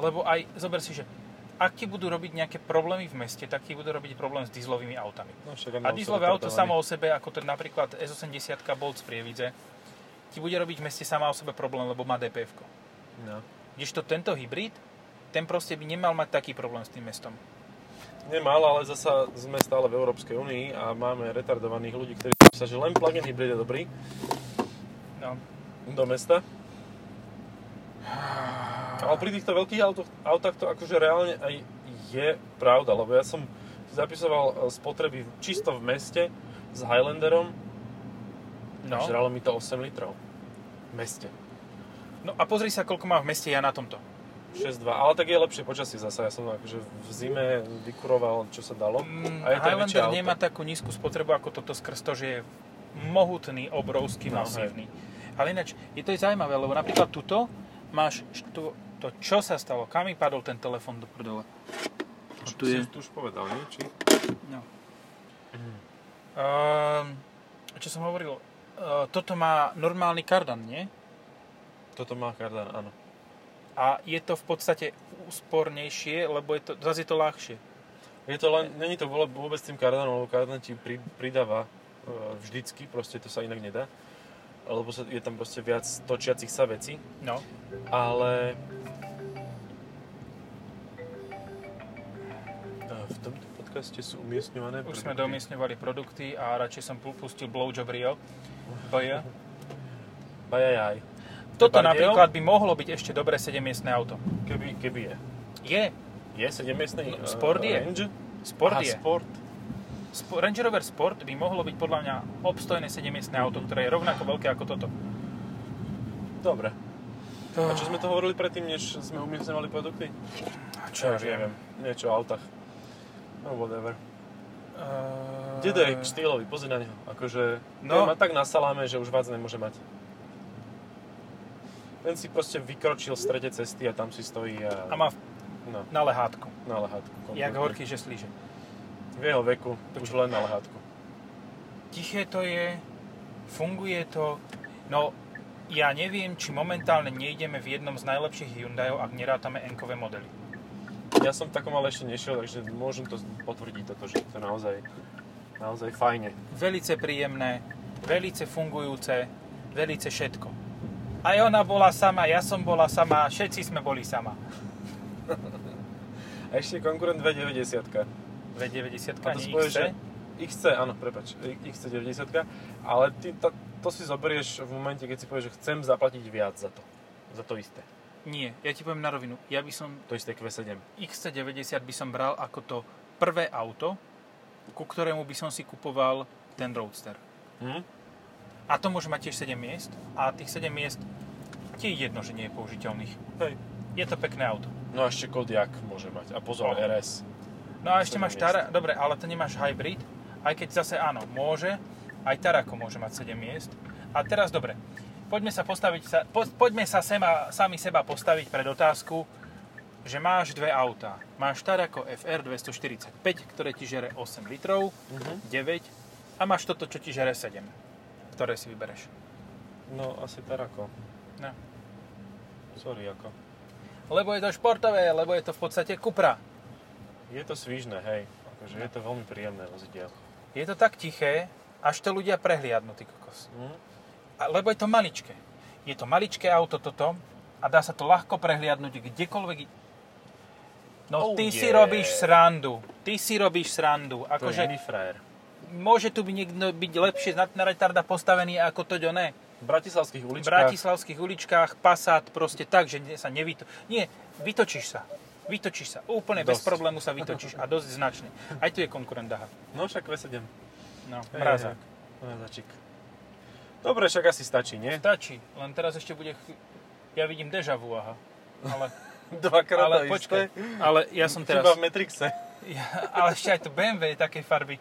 [SPEAKER 2] lebo aj, zober si, že ak ti budú robiť nejaké problémy v meste, tak ti budú robiť problém s dieselovými autami.
[SPEAKER 1] No, však aj
[SPEAKER 2] A
[SPEAKER 1] mal
[SPEAKER 2] dieselové
[SPEAKER 1] som
[SPEAKER 2] auto
[SPEAKER 1] retardovaný.
[SPEAKER 2] samo o sebe, ako to je napríklad S80 Bolt z Prievidze, ti bude robiť v meste sama o sebe problém, lebo má dpf
[SPEAKER 1] No.
[SPEAKER 2] Kdežto tento hybrid, ten proste by nemal mať taký problém s tým mestom.
[SPEAKER 1] Nemal, ale zasa sme stále v Európskej únii a máme retardovaných ľudí, ktorí sa, že len plug-in hybrid je dobrý
[SPEAKER 2] No,
[SPEAKER 1] do mesta. Ale pri týchto veľkých autoch, autách to akože reálne aj je pravda, lebo ja som zapisoval e, spotreby čisto v meste s Highlanderom, no.
[SPEAKER 2] No.
[SPEAKER 1] žralo mi to 8 litrov. V meste.
[SPEAKER 2] no a pozri sa, koľko má v meste ja na tomto.
[SPEAKER 1] 6,2, ale tak je lepšie počasie zase, ja som akože v zime vykuroval, čo sa dalo.
[SPEAKER 2] Mm,
[SPEAKER 1] A je to aj väčšie
[SPEAKER 2] Highlander
[SPEAKER 1] auto.
[SPEAKER 2] nemá takú nízku spotrebu ako toto skrz to, že je mohutný, obrovský,
[SPEAKER 1] No,
[SPEAKER 2] masívny. Ale ináč, je to aj zaujímavé, lebo napríklad tuto máš št- to, to čo sa stalo, kam mi padol ten telefon do prdele. A tu je.
[SPEAKER 1] Si tu už povedal, nie? Či?
[SPEAKER 2] No. Ehm, čo som hovoril, Eh, toto má normálny kardan, nie?
[SPEAKER 1] Toto má kardan, áno.
[SPEAKER 2] A je to v podstate úspornejšie, lebo je to, zase je to ľahšie.
[SPEAKER 1] Je to len, není to vôle- vôbec tým kardanom, lebo kardan ti pri, pridáva e, vždycky, proste to sa inak nedá. Lebo sa, je tam proste viac točiacich sa vecí,
[SPEAKER 2] No.
[SPEAKER 1] ale... E, v tomto podcaste sú umiestňované...
[SPEAKER 2] Už
[SPEAKER 1] produkty.
[SPEAKER 2] sme domiestňovali produkty a radšej som pu- pustil Blowjob Rio. BJ.
[SPEAKER 1] Bajajaj.
[SPEAKER 2] Toto
[SPEAKER 1] Bardiel?
[SPEAKER 2] napríklad by mohlo byť ešte dobré 7-miestne auto.
[SPEAKER 1] Keby, keby je.
[SPEAKER 2] Je.
[SPEAKER 1] Je 7 miestný
[SPEAKER 2] No, Sport je.
[SPEAKER 1] Range?
[SPEAKER 2] Sport
[SPEAKER 1] Aha,
[SPEAKER 2] je.
[SPEAKER 1] Sport.
[SPEAKER 2] Sp- Range Rover Sport by mohlo byť podľa mňa obstojné 7-miestne auto, ktoré je rovnako veľké ako toto.
[SPEAKER 1] Dobre. A
[SPEAKER 2] Ah.
[SPEAKER 1] čo sme to hovorili predtým, než sme umiestňovali produkty?
[SPEAKER 2] Čo Eh.
[SPEAKER 1] Už neviem. Niečo o autách. No whatever.
[SPEAKER 2] Uh...
[SPEAKER 1] Dedo je štýlový, pozri na neho. Akože, no.
[SPEAKER 2] No.
[SPEAKER 1] má tak na saláme, že už viac nemôže mať. Ten si proste vykročil v strede cesty a tam si stojí a,
[SPEAKER 2] A má v-
[SPEAKER 1] no,
[SPEAKER 2] na lehátku.
[SPEAKER 1] na lehátku. kompletne.
[SPEAKER 2] Jak horký, že slíže.
[SPEAKER 1] V jeho veku, už len na lehátku.
[SPEAKER 2] Tiché to je, funguje to. No, ja neviem, či momentálne nejdeme v jednom z najlepších Hyundaiov, ak nerátame N-kové modely.
[SPEAKER 1] Ja som v takom ale ešte nešiel, takže môžem to potvrdiť toto, že to je naozaj, naozaj fajne.
[SPEAKER 2] Velice príjemné, velice fungujúce, velice všetko. Aj ona bola sama, ja som bola sama, všetci sme boli sama.
[SPEAKER 1] A ešte konkurent 290
[SPEAKER 2] V90
[SPEAKER 1] A to
[SPEAKER 2] ani
[SPEAKER 1] spoješ,
[SPEAKER 2] XC.
[SPEAKER 1] že- XC, áno, prepač, XC90, ale ty to, to si zoberieš v momente, keď si povieš, že chcem zaplatiť viac za to. Za to isté.
[SPEAKER 2] Nie, ja ti poviem na rovinu. Ja by som
[SPEAKER 1] To isté Q7.
[SPEAKER 2] XC90 by som bral ako to prvé auto, ku ktorému by som si kupoval ten Roadster.
[SPEAKER 1] Hm?
[SPEAKER 2] A to môže mať tiež 7 miest. A tých 7 miest ti je jedno, že nie je použiteľných.
[SPEAKER 1] Hej.
[SPEAKER 2] Je to pekné auto.
[SPEAKER 1] No a ešte Kodiak môže mať. A pozor,
[SPEAKER 2] Áno.
[SPEAKER 1] RS.
[SPEAKER 2] No a ešte
[SPEAKER 1] 7
[SPEAKER 2] máš
[SPEAKER 1] miest.
[SPEAKER 2] Tara, dobre, ale to nemáš hybrid, aj keď zase áno, môže, aj Tarako môže mať 7 miest. A teraz dobre, poďme sa postaviť, sa, po, poďme sa sema, sami seba postaviť pred otázku, že máš dve autá. Máš Tarako FR 245, ktoré ti žere 8 litrov,
[SPEAKER 1] Mhm.
[SPEAKER 2] 9 a máš toto, čo ti žere 7, ktoré si vybereš.
[SPEAKER 1] No, asi Tarako.
[SPEAKER 2] No.
[SPEAKER 1] Sorry, ako.
[SPEAKER 2] Lebo je to športové, lebo je to v podstate Cupra.
[SPEAKER 1] Je to svižné, hej. Akože je to veľmi príjemné vozidiel.
[SPEAKER 2] Je to tak tiché, až to ľudia prehliadnú, ty kokos.
[SPEAKER 1] Hm?
[SPEAKER 2] A- lebo je to maličké. Je to maličké auto toto a dá sa to ľahko prehliadnúť kdekoľvek. i- No
[SPEAKER 1] Oh,
[SPEAKER 2] ty si
[SPEAKER 1] yeah.
[SPEAKER 2] robíš srandu. Ty si robíš
[SPEAKER 1] To
[SPEAKER 2] srandu.
[SPEAKER 1] je
[SPEAKER 2] Akože
[SPEAKER 1] iný frajer.
[SPEAKER 2] môže tu byť niekto byť lepšie na, na retarda postavený ako to ne.
[SPEAKER 1] V bratislavských
[SPEAKER 2] V
[SPEAKER 1] uličkách...
[SPEAKER 2] bratislavských uličkách Passat proste tak, že ne- sa nevyto... Nie, vytočíš sa. Vytočíš sa. Úplne bez
[SPEAKER 1] Dosť.
[SPEAKER 2] problému sa vytočíš. A dosť značne. Aj tu je konkurent Daha.
[SPEAKER 1] No však Q7.
[SPEAKER 2] No,
[SPEAKER 1] Hej,
[SPEAKER 2] mrazák.
[SPEAKER 1] hej. Mrazačik. Dobre, však asi stačí, nie?
[SPEAKER 2] Stačí. Len teraz ešte bude... ch- Ja vidím deja vu, aha. Ale...
[SPEAKER 1] Dvakrát
[SPEAKER 2] ale
[SPEAKER 1] to isté.
[SPEAKER 2] počkaj, ale ja som teraz...
[SPEAKER 1] Chyba v Matrixe.
[SPEAKER 2] Ja, ale ešte aj to BMW je takej farby.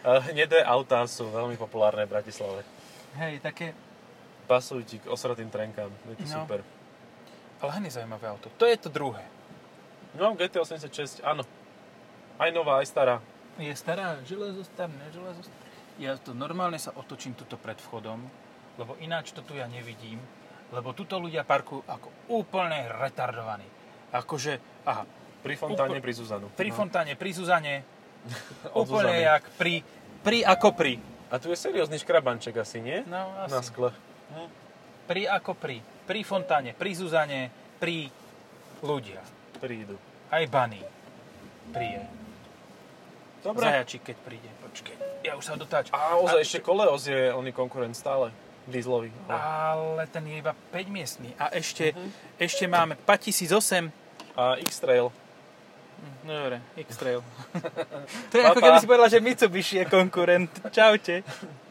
[SPEAKER 1] Ale Hnedé autá sú veľmi populárne v Bratislave.
[SPEAKER 2] Hej, také...
[SPEAKER 1] Pasujú ti k osratým trenkám, je to
[SPEAKER 2] No.
[SPEAKER 1] super.
[SPEAKER 2] Ale hne zaujímavé auto. To je to druhé.
[SPEAKER 1] No, GT86, áno. Aj nová, aj stará.
[SPEAKER 2] Je stará, železo starné, železo staré. Ja to normálne sa otočím tuto pred vchodom, lebo ináč to tu ja nevidím, lebo tuto ľudia parkujú ako úplne retardovaní. Akože, aha,
[SPEAKER 1] Pri fontáne,
[SPEAKER 2] Úpl-
[SPEAKER 1] pri Zuzanu.
[SPEAKER 2] pri
[SPEAKER 1] No.
[SPEAKER 2] Fontáne, pri Zuzane,
[SPEAKER 1] Od
[SPEAKER 2] úplne
[SPEAKER 1] Zuzany.
[SPEAKER 2] jak pri, pri ako pri.
[SPEAKER 1] A tu je seriózny škrabanček asi, nie?
[SPEAKER 2] No, asi.
[SPEAKER 1] Na skle.
[SPEAKER 2] Pri ako pri. Pri Fontáne, pri Zuzane, pri ľudia.
[SPEAKER 1] Prídu.
[SPEAKER 2] Aj Bunny. Príje.
[SPEAKER 1] Dobre.
[SPEAKER 2] Zajačík, keď príde. Počkej, ja už sa dotáčam.
[SPEAKER 1] A ozaj
[SPEAKER 2] A-
[SPEAKER 1] ešte Koleos je oný konkurent stále. Dieselový. ale-
[SPEAKER 2] ale ten je iba 5 miestný. A ešte, ešte máme 5008,
[SPEAKER 1] A X-Trail.
[SPEAKER 2] no dobre, X-Trail. to je
[SPEAKER 1] Pa,
[SPEAKER 2] ako
[SPEAKER 1] pa.
[SPEAKER 2] keby si povedala, že Mitsubishi je konkurent. Čaute.